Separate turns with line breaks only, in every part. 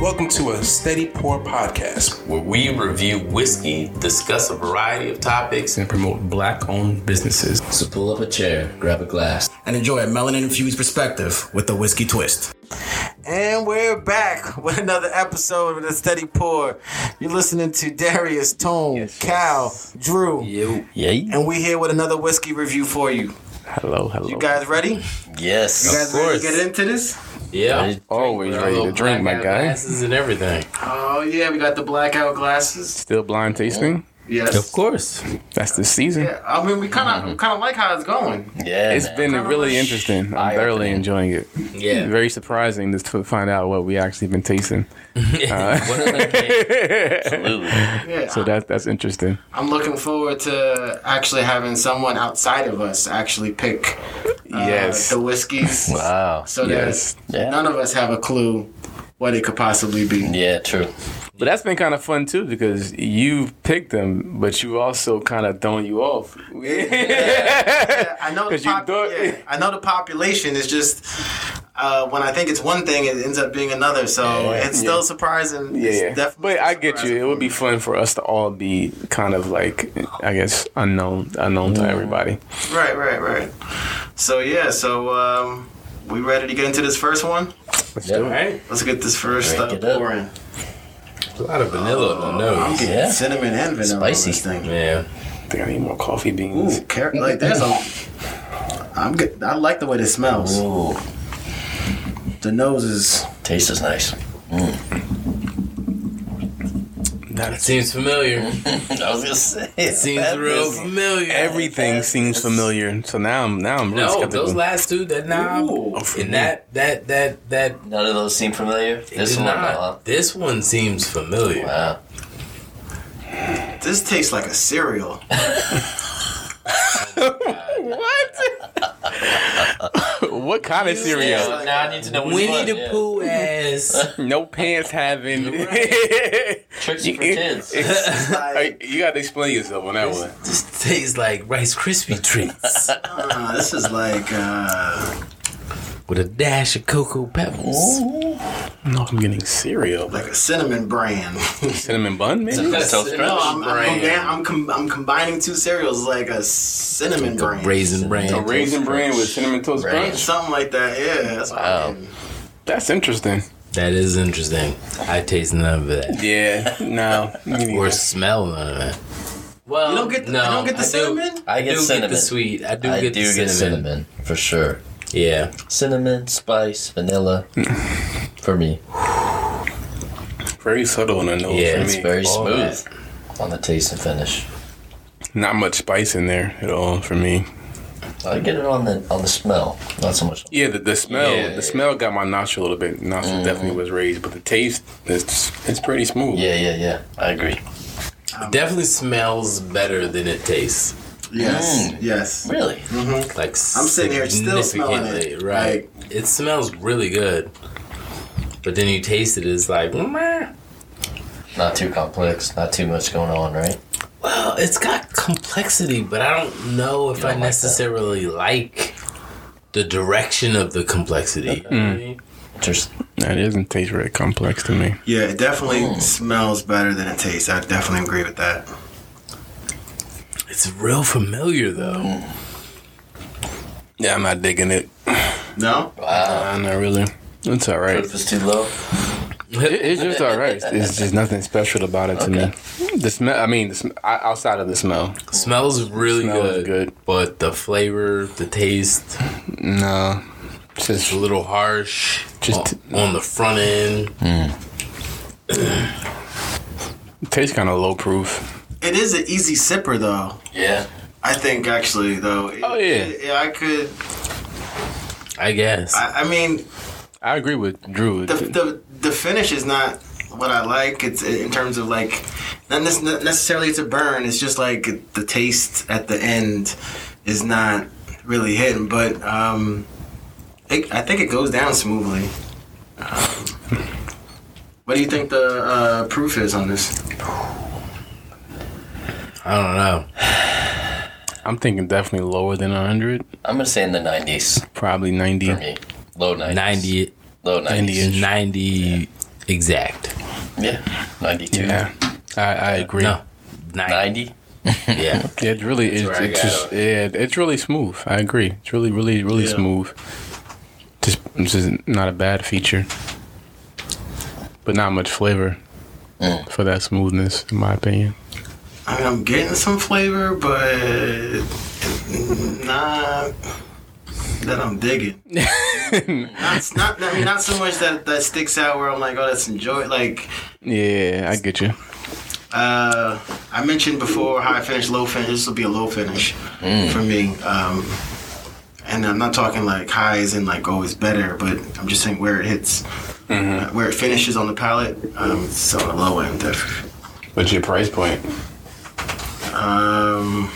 Welcome to a Steady Pour podcast.
where we review whiskey, discuss a variety of topics.
And promote black owned businesses.
So pull up a chair, grab a glass.
and enjoy a melanin infused perspective with the whiskey twist.
And we're back with another episode of the Steady Pour. You're listening to Darius, Tone, Cal, Drew,
Yay.
and we here with another whiskey review for you.
Hello, hello.
You guys ready? You
Yes. You
guys ready to get into this?
Yeah.
Always
Our
ready to
little
drink, my
blackout
guy.
Glasses and everything.
Oh yeah, we got the blackout glasses.
Still blind tasting?
Yes.
course.
That's the season.
Yeah, I mean we kind
Mm-hmm.
of kind of like how it's going.
Yeah.
It's been really interesting. I'm thoroughly enjoying it.
Yeah.
Very surprising just to find out what we actually been tasting.
Absolutely.
Yeah.
So that that's interesting.
I'm looking forward to actually having someone outside of us actually pick uh,
Yes.
the whiskeys.
Wow.
So that
Yes.
Yeah.
none of us have a clue what it could possibly be.
Yeah, true.
But that's been kind of fun too because you picked them, but you also kind of thrown you off.
I know the
'Cause you
pop-
thought-
yeah, I know the population is just uh, when I think it's one thing, it ends up being another. So it's still surprising.
Yeah,
It's
yeah.
definitely
but
still
I get you.
surprising
It would be fun for us to all be kind of like, I guess, unknown, unknown to everybody.
for me. right, right, right. So yeah, so um, we ready to get into this first one?
Let's
Yeah.
do it.
Let's get this first
Break
uh,
it up.
pour in.
A lot of vanilla on the
I'm
nose.
getting
Yeah.
cinnamon and vanilla. on
Spicy.
this thing.
Yeah.
I think I need more coffee beans.
Ooh, car- like Mm-hmm. there's a. I'm good. I like the way this smells.
Ooh.
The nose is
Taste is nice.
That's-
Seems familiar.
I was gonna say
It seems real familiar.
Everything seems familiar. So now I'm now I'm really
No,
skeptical. Oh,
those last two that knob and that that that that
None of those seem familiar. This
did
one,
not-
uh,
This one seems familiar.
wow.
This tastes like a cereal.
what kind of cereal?
Yeah, now I need to know which
Winnie
one,
the
yeah.
Pooh ass.
No pants having.
Tricks for kids.
Hey, you gotta explain yourself on that one.
This tastes like Rice Krispie treats
Uh, this is like uh,
with a dash of cocoa pebbles.
No, I'm getting cereal.
like a cinnamon bran.
Cinnamon bun, maybe?
That's so strange.
No, I'm, I'm,
Bran.
combi- I'm, com- I'm combining two cereals like a cinnamon bran.
Raisin
A
bran.
raisin bran with cinnamon toast
Bran.
crunch.
Something like that, yeah. That's what I'm
Wow.
getting.
That's interesting.
That is interesting. I taste none of that
Yeah. No.
or smell none of that. Well,
You don't get the,
no,
you don't get the
I
cinnamon?
I
I
get
do
cinnamon.
get the sweet. I do
I
get
do
the
get
cinnamon.
cinnamon for sure.
Yeah.
Cinnamon, spice, vanilla. for me,
Very subtle on the nose
Yeah,
for
it's
me.
very
all
smooth on the taste and finish.
Not much spice in there at all for me.
I get it on the on the smell, not so much.
Yeah, the, the smell.
Yeah.
The smell got my nostril a little bit. Nostril definitely was raised, but the taste it's it's pretty smooth.
Yeah, yeah, yeah. I agree.
Definitely smells better than it tastes.
Yes, Mm. yes. Mm-hmm.
Really?
Like I'm
I'm sitting here still smelling it.
Right. it smells really good. But then you taste it, it's like, "Mm, ah." "Meh."
Not too complex. Not too much going on, right?
well, it's got complexity, but I don't know if
don't
I
like that.
necessarily like the direction of the complexity. You know what I
Mm.
mean?
Just
That doesn't taste very complex to me.
Yeah, it definitely smells better than it tastes. I definitely agree with that.
It's real familiar though.
Yeah, I'm not digging it.
No?
wow.
Uh, not really. It's all right.
Proof is too low.
It- it's just all right. It's just nothing special about it to me. The smell. I mean, the sm- o- outside of the smell.
Smells really
Smells
good,
good.
But the flavor, the taste,
No. It's just
a little harsh
Just-
on, on the front end.
it tastes kind of low proof.
It is an easy sipper, though.
Yeah.
I think, actually, though. It-
Oh, yeah.
it- it- I could.
I guess.
I, I mean,
I agree with Drew.
the, the the finish is not what I like. It's in terms of like not nec- not necessarily it's a burn. It's just like the taste at the end is not really hitting. But um, it, I think it goes down smoothly. Um, what do you think the uh, proof is on this?
I don't know.
I'm thinking definitely lower than 100.
I'm gonna say in the 90s
Probably
for
90.
me. Low 90s.
90
Low 90s.
90.
90 exact.
Yeah. 92.
Yeah, I, I agree.
No, ninety.
90.
Yeah,
Yeah, it really is.
where I
It's
got
just,
it.
yeah, it's really smooth. I agree. It's really, really, really
Yeah.
smooth. Just, this is not a bad feature, but not much flavor for that smoothness, in my opinion.
I mean, I'm getting some flavor, but not that I'm digging. not, not, I mean, not so much that that sticks out where I'm like, oh, that's enjoy. Like,
Yeah, I get you.
uh, I mentioned before, high finish, low finish. This will be a low finish for me. Um, and I'm not talking like highs and like always better, but I'm just saying where it hits, uh, where it finishes on the palate. Um, it's on the low end. Definitely.
But your price point,
Um,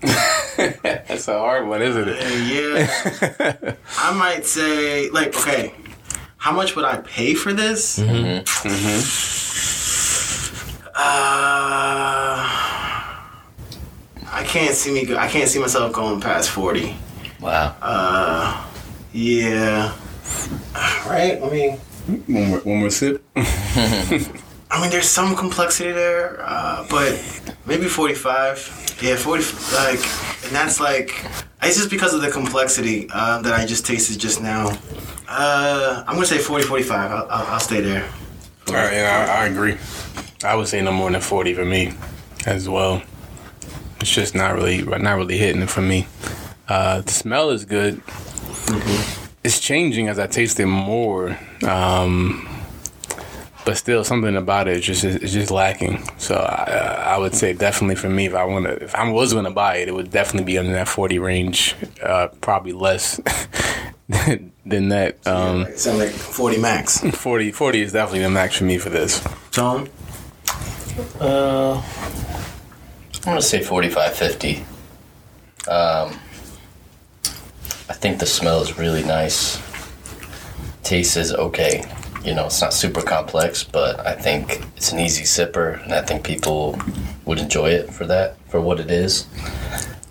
that's a hard one, isn't it?
yeah, I might say like okay, how much would I pay for this? Uh, I can't see me. Go, I can't see myself going past forty.
Wow.
Yeah, right. I mean,
One more, one more sip.
I mean, there's some complexity there, uh, but maybe 45. Yeah, 40. Like, and that's like, it's just because of the complexity uh, that I just tasted just now. Uh, I'm gonna say 40, 45. I'll, I'll, I'll stay there.
All right, yeah, I, I agree. I would say no more than forty for me, as well. It's just not really, not really hitting it for me. Uh, the smell is good. It's changing as I taste it more, um, but still something about it is just is just lacking. So uh, I, I would say definitely for me, if I want to, if I was going to buy it, it would definitely be under that forty range, uh, probably less than that. Um,
Sound like 40 max.
40, 40 is definitely the max for me for this.
Tom,
Uh, I'm going to say 45, 50. Um, I think the smell is really nice. Taste is okay. You know, it's not super complex, but I think it's an easy sipper, and I think people would enjoy it for that, for what it is.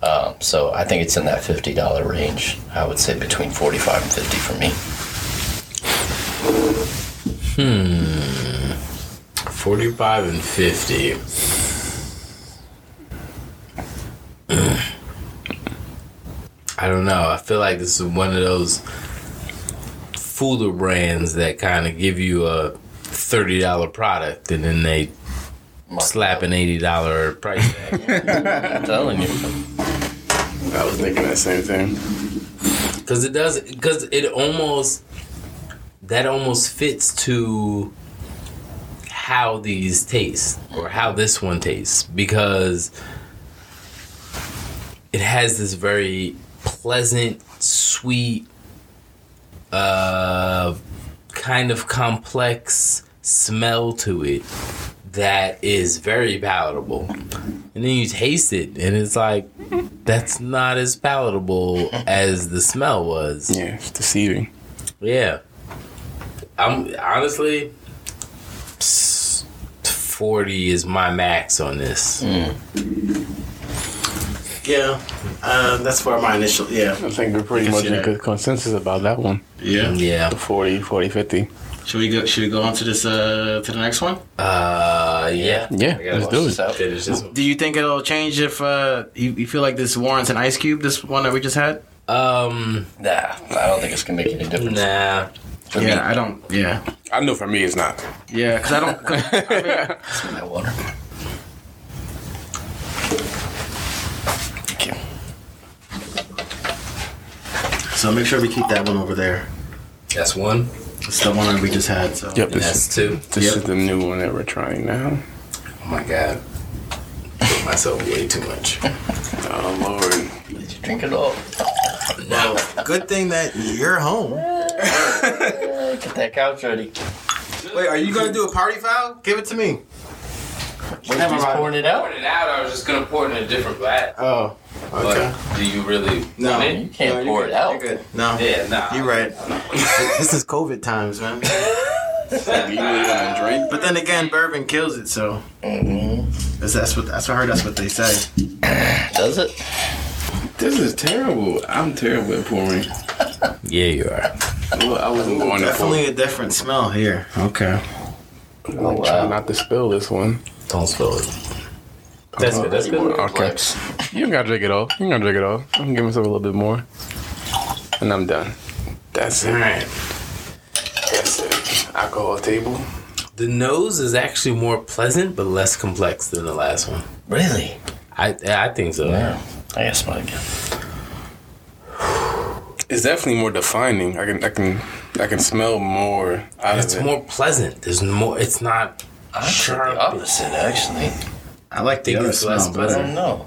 Um, so I think it's in that $50 range. I would say between 45 and 50 for me.
forty-five and fifty. I don't know. I feel like this is one of those fooler brands that kind of give you a thirty dollar product and then they slap an eighty dollar price tag.
I'm telling you.
I was thinking that same thing.
Because it does. Because it almost that almost fits to how these taste or how this one tastes because it has this very pleasant, sweet, uh, kind of complex smell to it that is very palatable. And then you taste it, and it's like, that's not as palatable as the smell was.
Yeah, it's deceiving.
Yeah. I'm honestly psst, 40 is my max on this.
Mm.
yeah, uh, that's where my initial, yeah.
I think we're pretty much in
Yeah.
good consensus about that one.
Yeah.
Yeah.
The 40, 40, 50.
Should we go, should we go on to this, uh, to the next one?
Uh yeah.
Yeah,
I gotta
let's
watch
do
this
it.
out.
Finish this one.
Do you think it'll change if, uh, you, you feel like this warrants an ice cube, this one that we just had?
Um
Nah, I don't think it's going to make any difference.
nah.
For me,
Yeah, I don't, yeah.
I know for me it's not.
Yeah, because I don't, 'cause
it's in that water. Thank you.
So make sure we keep that one over there.
That's one.
It's the one that we just had. So
Yep,
And
this,
that's two.
this
yep.
is the new one that we're trying now.
Oh my god. Put myself way too much.
Oh, Lord.
Did you drink it all?
No.
Good thing that you're home.
Uh, Get that couch ready.
Wait, are you gonna do a party foul? Give it to me.
Wait, he's pouring it out?
it out, I was just gonna pour it in a different glass.
Oh, okay.
do you really
No.
want
You
it?
can't pour it out.
Good. No,
Yeah, nah.
you're right. this is COVID times, man.
You really want to drink?
But then again, bourbon kills it. So
Mhm.
that's, that's what that's what I heard. That's what they say.
Does it?
This is terrible. I'm terrible at pouring.
Yeah, you are.
Well, I was
Ooh,
definitely a different smell here. Okay.
Oh,
Try
wow.
not to spill this one.
Don't spill it. That's good. That's good.
Okay. You don't gotta drink it all. You don't gotta drink it all. I'm gonna give myself a little bit more. And I'm done. That's
All
it.
right.
That's it. Alcohol table.
The nose is actually more pleasant but less complex than the last one.
Really?
I I think so.
Yeah. I guess my again.
It's definitely more defining. I can I can I can smell more out
It's
of it.
more pleasant. There's more. It's not.
I think
Sure.
the opposite, actually.
I like the
Think
other
it's less
smell
I
better.
don't know.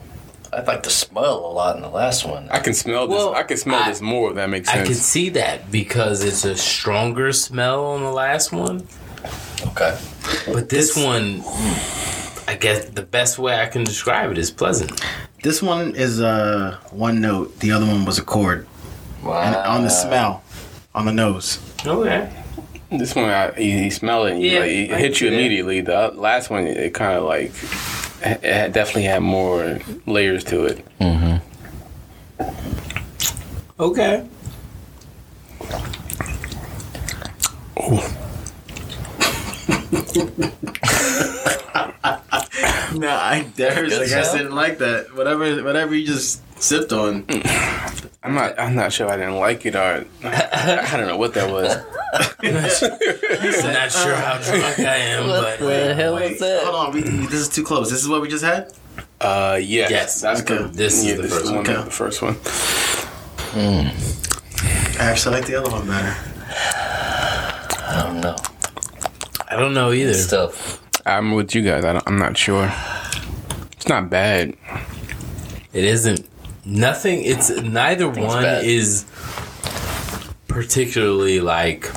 I like the smell a lot in the last one.
I can smell this.
Well,
I can smell
I-
this more. If that makes
I can
sense.
see that because it's a stronger smell on the last one.
Okay.
But this one, I guess the best way I can describe it is pleasant.
This one is uh, one note. The other one was a chord. And
Wow.
on the smell, on the nose.
Okay.
this one, I, you, you smell it. And
Yeah,
you, like, it
I
hits
can
you
see that.
immediately. The oth- last one, it kind of like it had- definitely had more layers to it.
Okay.
No, I never.
Good
I guess
smell?
didn't like that. Whatever, whatever you just sipped on.
I'm not. I'm not sure. I didn't like it or I don't know what that was.
I'm not sure how drunk I am, but
the hell
Wait, hold on. We, this is too close. This is what we just had.
Uh, yes,
Yes.
that's
Okay.
good.
This is
yeah,
the
this
first
is one.
one.
The first one.
I actually like the other one better.
I don't know.
I don't know either.
Still,
I'm with you guys. I don't, I'm not sure. It's not bad.
It isn't nothing. It's neither one
bad.
is particularly like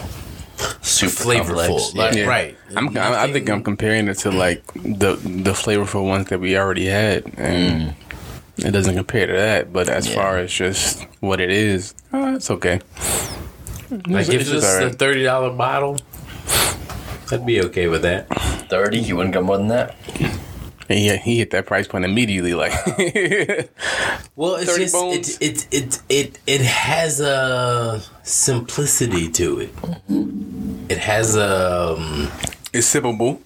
super
flavorful.
complex.
Like,
Yeah.
Right.
I'm, I'm- I think I'm comparing it to like the the flavorful ones that we already had, and it doesn't compare to that. But as
Yeah.
far as just what it is, uh, it's okay.
Like if it's
It's just
just a
alright.
thirty dollar bottle, I'd be okay with that.
30, you wouldn't go more than that?
And yeah, he hit that price point immediately. Like,
Well, it's
30
just
bones.
it, it it it it has a simplicity to it. It has a um,
it's sippable.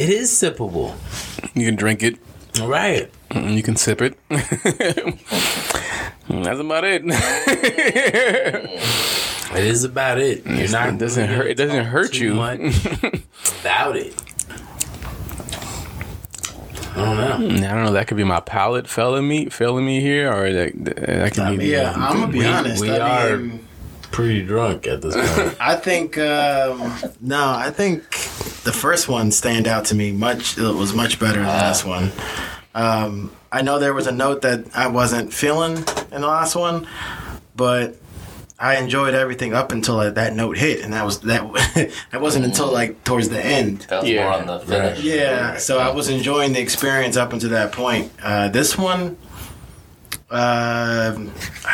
it is sippable,
You can drink it.
right?
and You can sip it. That's about it.
It is about it. You're not
it doesn't
really
hurt. It doesn't hurt
too
you.
much about it. I don't know.
Mm, I don't know. That could be my palate failing me, failing me here, or that that- that could
I
be.
mean, yeah, I'm gonna be
We-
honest.
we
I
are-
mean,
Pretty drunk at this point.
I think um, no. I think the first one stand out to me much. It was much better than this one. Um, I know there was a note that I wasn't feeling in the last one, but I enjoyed everything up until that, that note hit, and that was that. that wasn't until like towards the end.
That was
Yeah.
more on the finish.
Yeah, so I was enjoying the experience up until that point. Uh, this one, um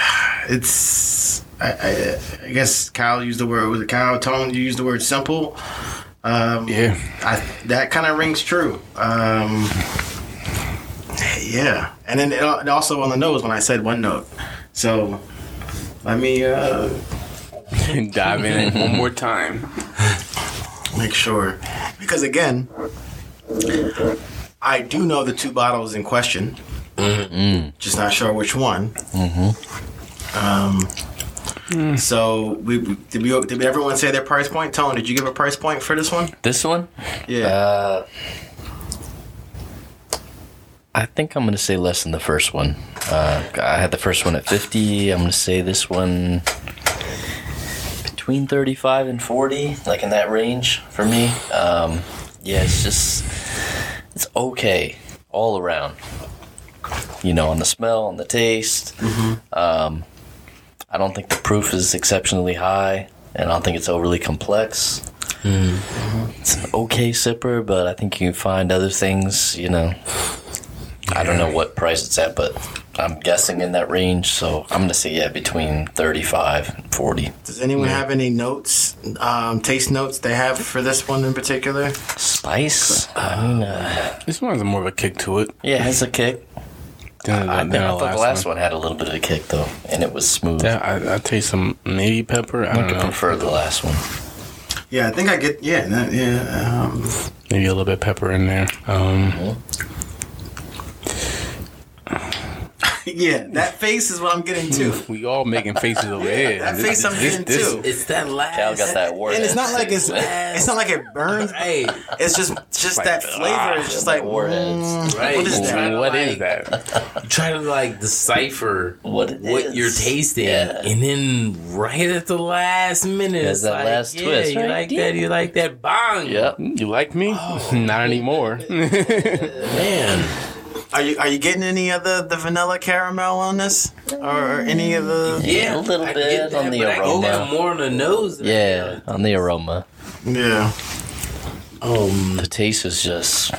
it's I, I, I guess Kyle used the word was it Kyle Tone? You used the word simple. Um,
Yeah,
I, that kind of rings true. Um, yeah, and then it, al- it also on the nose when I said one note. So let me uh,
dive in it one more time.
make sure because again. I do know the two bottles in question. Just not sure which one. Um, so we we- did we did everyone say their price point? Tone, did you give a price point for this one?
This one?
Yeah.
Uh, I think I'm going to say less than the first one. Uh, I had the first one at 50. I'm going to say this one between 35 and 40, like in that range for me. Um, yeah, it's just, it's okay all around. You know, on the smell, on the taste. Um, I don't think the proof is exceptionally high, and I don't think it's overly complex it's an okay sipper, but I think you can find other things, you know. I don't know what price it's at, but I'm guessing in that range, so I'm gonna say yeah, between thirty five and forty.
Does anyone have any notes, um, taste notes they have for this one in particular?
Spice? I mean, uh,
This one has more of a kick to it.
yeah, it has a kick.
Than,
I,
than
think- I thought the last one. had a little bit of a kick though, and it was smooth.
Yeah, I, I taste some maybe pepper. I
I
don't
could
know.
prefer the last one.
Yeah, I think I get. Yeah, that, yeah. Um,
Maybe a little bit of pepper in there. Um,
yeah, that face is what I'm getting to.
We all making faces over here.
That face I'm getting to.
It's that last.
Cal got that word.
And it's not like it's it's not like it burns.
Hey,
It's just just that flavor. It's just
that
like
warheads.
mm,
right.
What is
you try
that?
to,
What is
like,
that?
you Try to like decipher
What it
what
is.
you're tasting,
Yeah.
and then right at the last minute,
There's
it's
that
like,
last
yeah,
twist,
You
right?
like that? You like that? Bang!
Yep.
You like me? Not anymore.
Man,
Are you are you getting any of the, the vanilla caramel on this, or, or any of the?
yeah,
a little
I
bit
get that,
on the
but I get
aroma.
that more on the nose. than I
Yeah, on the aroma.
Yeah.
Um,
The taste is just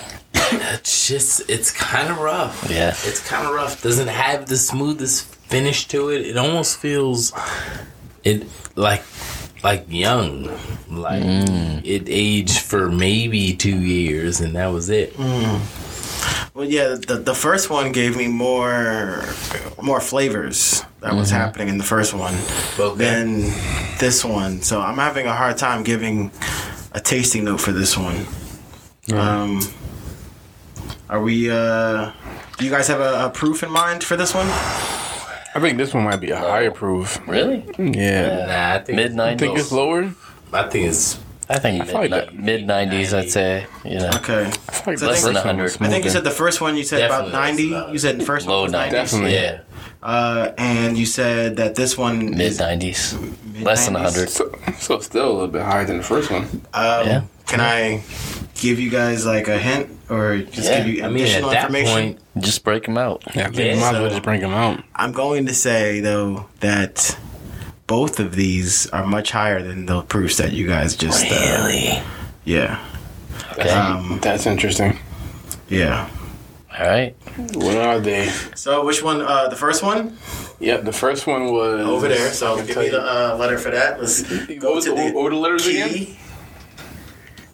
it's just it's kind of rough.
yeah.
It's kind of rough. Doesn't have the smoothest finish to it. It almost feels it like like young, like
Mm.
it aged for maybe two years, and that was it.
Well, yeah. The, the first one gave me more more flavors that was happening in the first one
Okay.
than this one. So I'm having a hard time giving a tasting note for this one. Um. Are we? uh Do you guys have a, a proof in mind for this one?
I think this one might be a higher proof.
Really?
Yeah.
nah, I think
Midnight.
Think it's lower?
I think it's
I think
feel like
midnight,
that-
mid nineties. I'd say you know
Okay.
I feel like
So I
the
think-
first one was
I think you
smoother.
said the first one you said about
Definitely
90.
that's not-
You said the first one
low
was 90.
nineties.
Definitely.
Yeah,
Uh, and you said that this one
mid
is
nineties. Less than hundred.
So, so it's still a little bit higher than the first one.
Um,
Yeah.
Can I give you guys like a hint or just
Yeah,
give you
I mean at
additional
that
information?
point
Just break them out.
Yeah, I think we
Yeah,
might as well
so-
just bring them out.
I'm going to say though that both of these are much higher than the proofs that you guys just. Uh,
really
yeah.
Okay.
Um,
That's interesting.
yeah.
All right.
What are they?
So which one? Uh, the first one
Yep, the first one was
over there. So
I'll
give
tell
me the
you.
uh, letter for that. Let's
what
go
was
to
the,
the
order letters again?
key.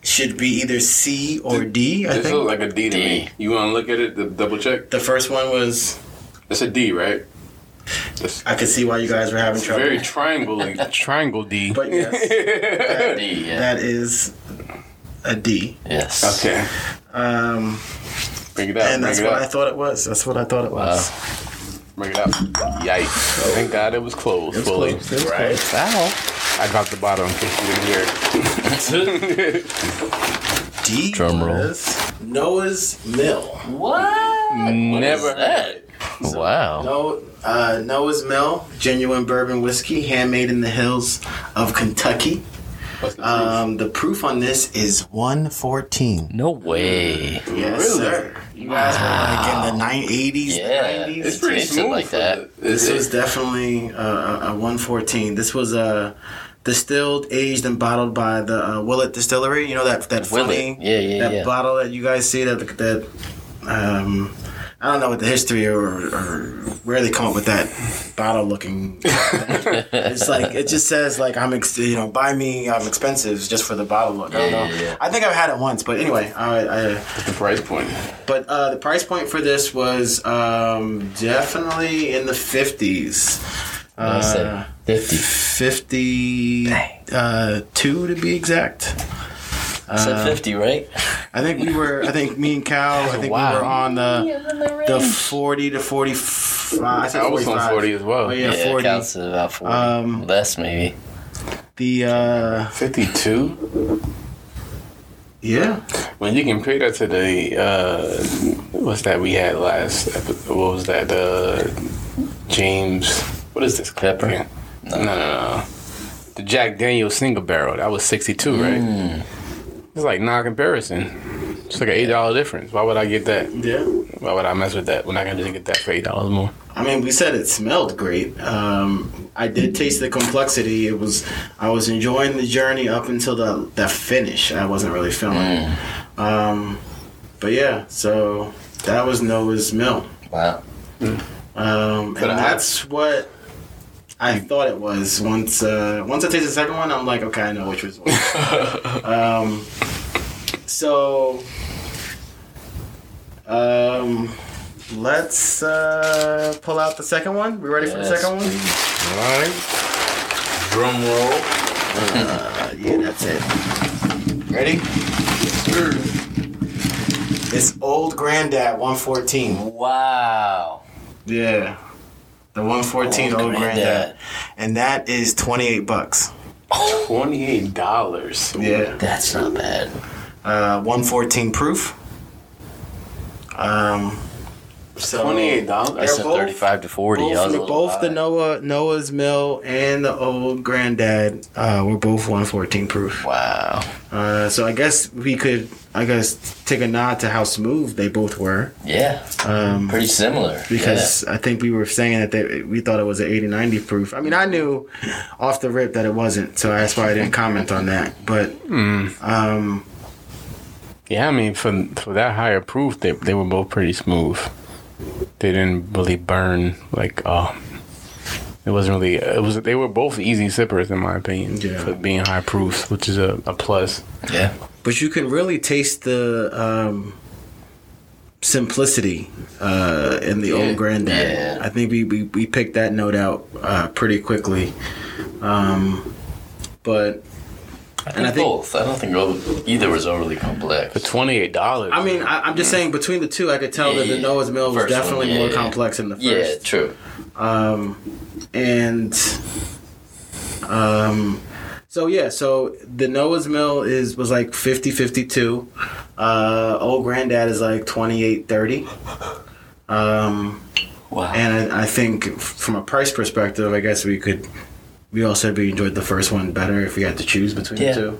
Should be either C or D. I
This looks
think
like a D to me. You want to look at it? The double check.
the first one was.
It's a D, right? It's
I could see why you guys were having trouble.
very triangle, triangle D.
But yes.
D, yeah.
That is a D.
Yes.
Okay,
Um,
bring it up.
and
bring
that's
it
what
up. Uh,
I thought it was. That's what I thought it was.
Bring it up. Yikes! Thank God it was closed fully.
close. It was
right.
close.
I dropped the bottom in case you didn't hear. it.
D
Drum roll.
was Noah's Mill.
Never.
Wow.
No, uh, Noah's Mill, genuine bourbon whiskey, handmade in the hills of Kentucky.
What's the
Um, the proof on this is 114.
No way.
Yes,
Really?
sir. You guys were like in the 980s,
Yeah.
90s.
It's pretty
Tasted
smooth
like
for
that.
the- It's,
This was
it's,
definitely uh, a, a 114. This was uh, distilled, aged, and bottled by the uh, Willett Distillery. You know that that funny
Willett. Yeah, yeah,
that
yeah.
bottle that you guys see that that um, I don't know what the history or, or where they come up with that bottle looking. it's like it just says like I'm ex- you know buy me I'm expensive just for the bottle look. I don't
Yeah,
know.
yeah, yeah.
I think I've had it once, but anyway, I. I
the price point.
but uh, the price point for this was um, definitely in the fifties.
I said
Uh,
Fifty.
fifty uh, two to be exact.
I said fifty, right?
I think we were. I think me and Cal. I think we were on the the forty to forty five. I, said
I was on
45.
forty as well.
Oh yeah,
yeah,
forty.
counts at about forty.
Um,
Less maybe.
The uh,
Fifty-two.
yeah,
When you compare that to the uh, what's that we had last? epi- What was that? Uh, James. What is this? called
Pepper?
again? No. no, no, no. The Jack Daniel single barrel. That was sixty-two, right? It's like non-comparison. It's like an eight dollar difference. Why would I get that?
yeah.
Why would I mess with that when I can just get that for eight dollars more?
I mean, we said it smelled great. Um, I did taste the complexity. It was I was enjoying the journey up until the the finish. I wasn't really feeling. it. Um, but yeah, so that was Noah's Mill,
Wow.
um, and
But I-
that's what I thought it was. Once uh, once I tasted the second one, I'm like, okay, I know which was. Which. um, so. Um, Let's uh, pull out the second one. We ready for the
Yes,
second one?
please.
All right.
Drum roll.
Uh, yeah, that's it. Ready? It's old granddad 114.
Wow.
Yeah. The 114 old,
Old
granddad.
Granddad.
And that is 28 bucks.
Twenty-eight dollars.
Yeah.
That's not bad.
Uh, 114 proof. Um so
Twenty-eight
I
dollars.
said
both-
35 to 40. I was a
both,
little
both the
high.
Noah Noah's Mill and the old granddad uh, were both 114 proof.
Wow.
Uh, so I guess we could I guess take a nod to how smooth they both were.
Yeah.
Um,
Pretty similar.
because I think we were saying that they, we thought it was an 80 90 proof. I mean, I knew off the rip that it wasn't, so that's why I didn't comment on that. But um,
Yeah, I mean, for for that higher proof, they they were both pretty smooth. They didn't really burn like uh It wasn't really. It was. They were both easy sippers, in my opinion,
Yeah.
for being high proofs, which is a, a plus.
Yeah. yeah.
but you can really taste the um, simplicity uh, in the old granddad.
Yeah.
I think we, we we picked that note out uh, pretty quickly. Um, but
I think
I think-
both. I don't think over- either was overly complex.
For twenty eight dollars,
I mean, I, I'm just saying between the two, I could tell that
Yeah,
the
yeah.
Noah's Mill was
First one,
definitely
yeah,
more
yeah.
complex than the first.
yeah, true.
and um so yeah so the noah's mill is was like 50 52 uh old granddad is like 28 30 um
Wow.
and I, I think from a price perspective i guess we could we all said we enjoyed the first one better if we had to choose between
Yeah.
the two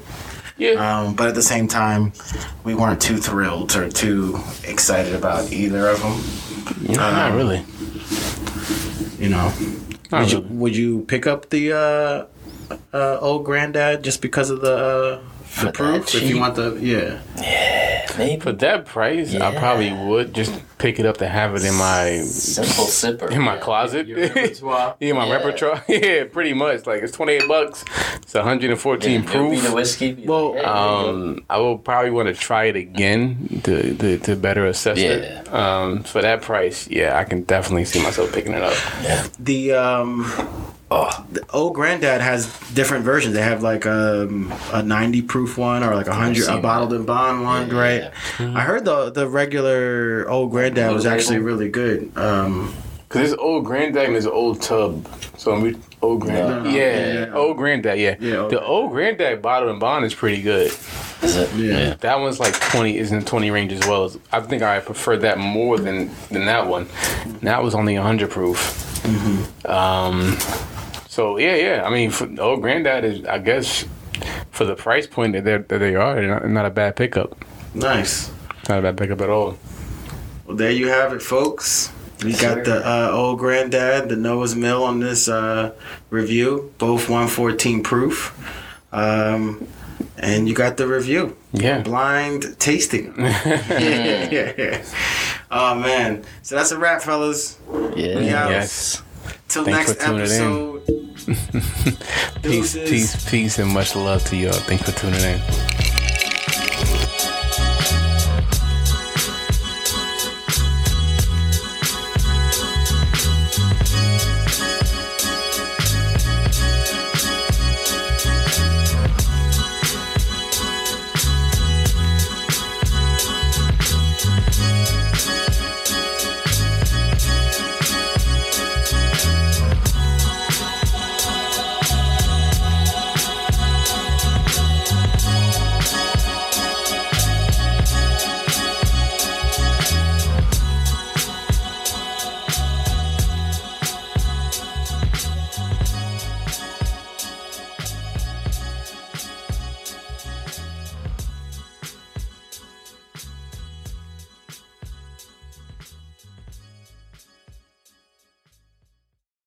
yeah,
um, but at the same time we weren't too thrilled or too excited about either of them Um,
you know, not really.
you know
Not
Would you,
really.
would you pick up the uh, uh, old granddad just because of the uh, the
that
proof? If
cheap.
you want the yeah,
Maybe
For that price, I
Yeah.
probably would just pick it up to have it in my
simple sipper.
in my
Yeah.
closet.
Your repertoire.
Yeah, my
Yeah.
repertoire. Yeah, pretty much. Like it's twenty eight bucks. It's one hundred and
Yeah,
fourteen
it'd be
proof.
the whiskey. be
Well,
like, hey,
Um, I will probably want to try it again to to, to better assess it. Um, for that price, yeah, I can definitely see myself picking it up.
the um, the old granddad has different versions. They have like um, a ninety proof one or like a hundred
seen
a
that.
bottled and bond one,
Yeah,
right?
yeah,
I heard the the regular old granddad was
label.
actually really good. Um,
Cause this old granddad and his old tub. So we old granddad.
No.
yeah,
Yeah, yeah.
old granddad. Yeah,
Yeah, old
the old granddad bottle and bond is pretty good.
Is it?
yeah.
That one's like twenty, is in the twenty range as well. I think I prefer that more than than that one. And That was only hundred proof. Um, so yeah, yeah. I mean, for, old granddad is, I guess, for the price point that, they're- that they are, they're not, not a bad pickup.
nice.
Not a bad pickup at all.
Well, there you have it, folks. We got the uh, old granddad, the Noah's Mill on this uh, review, both 114 proof. Um, and you got the review,
Yeah.
blind tasting. oh, man. So that's a wrap, fellas.
Yeah.
Yeah.
Yes.
Till
Thanks
next
for tuning in.
episode.
Peace,
Deuces.
peace, peace, and much love to y'all. Thanks for tuning in.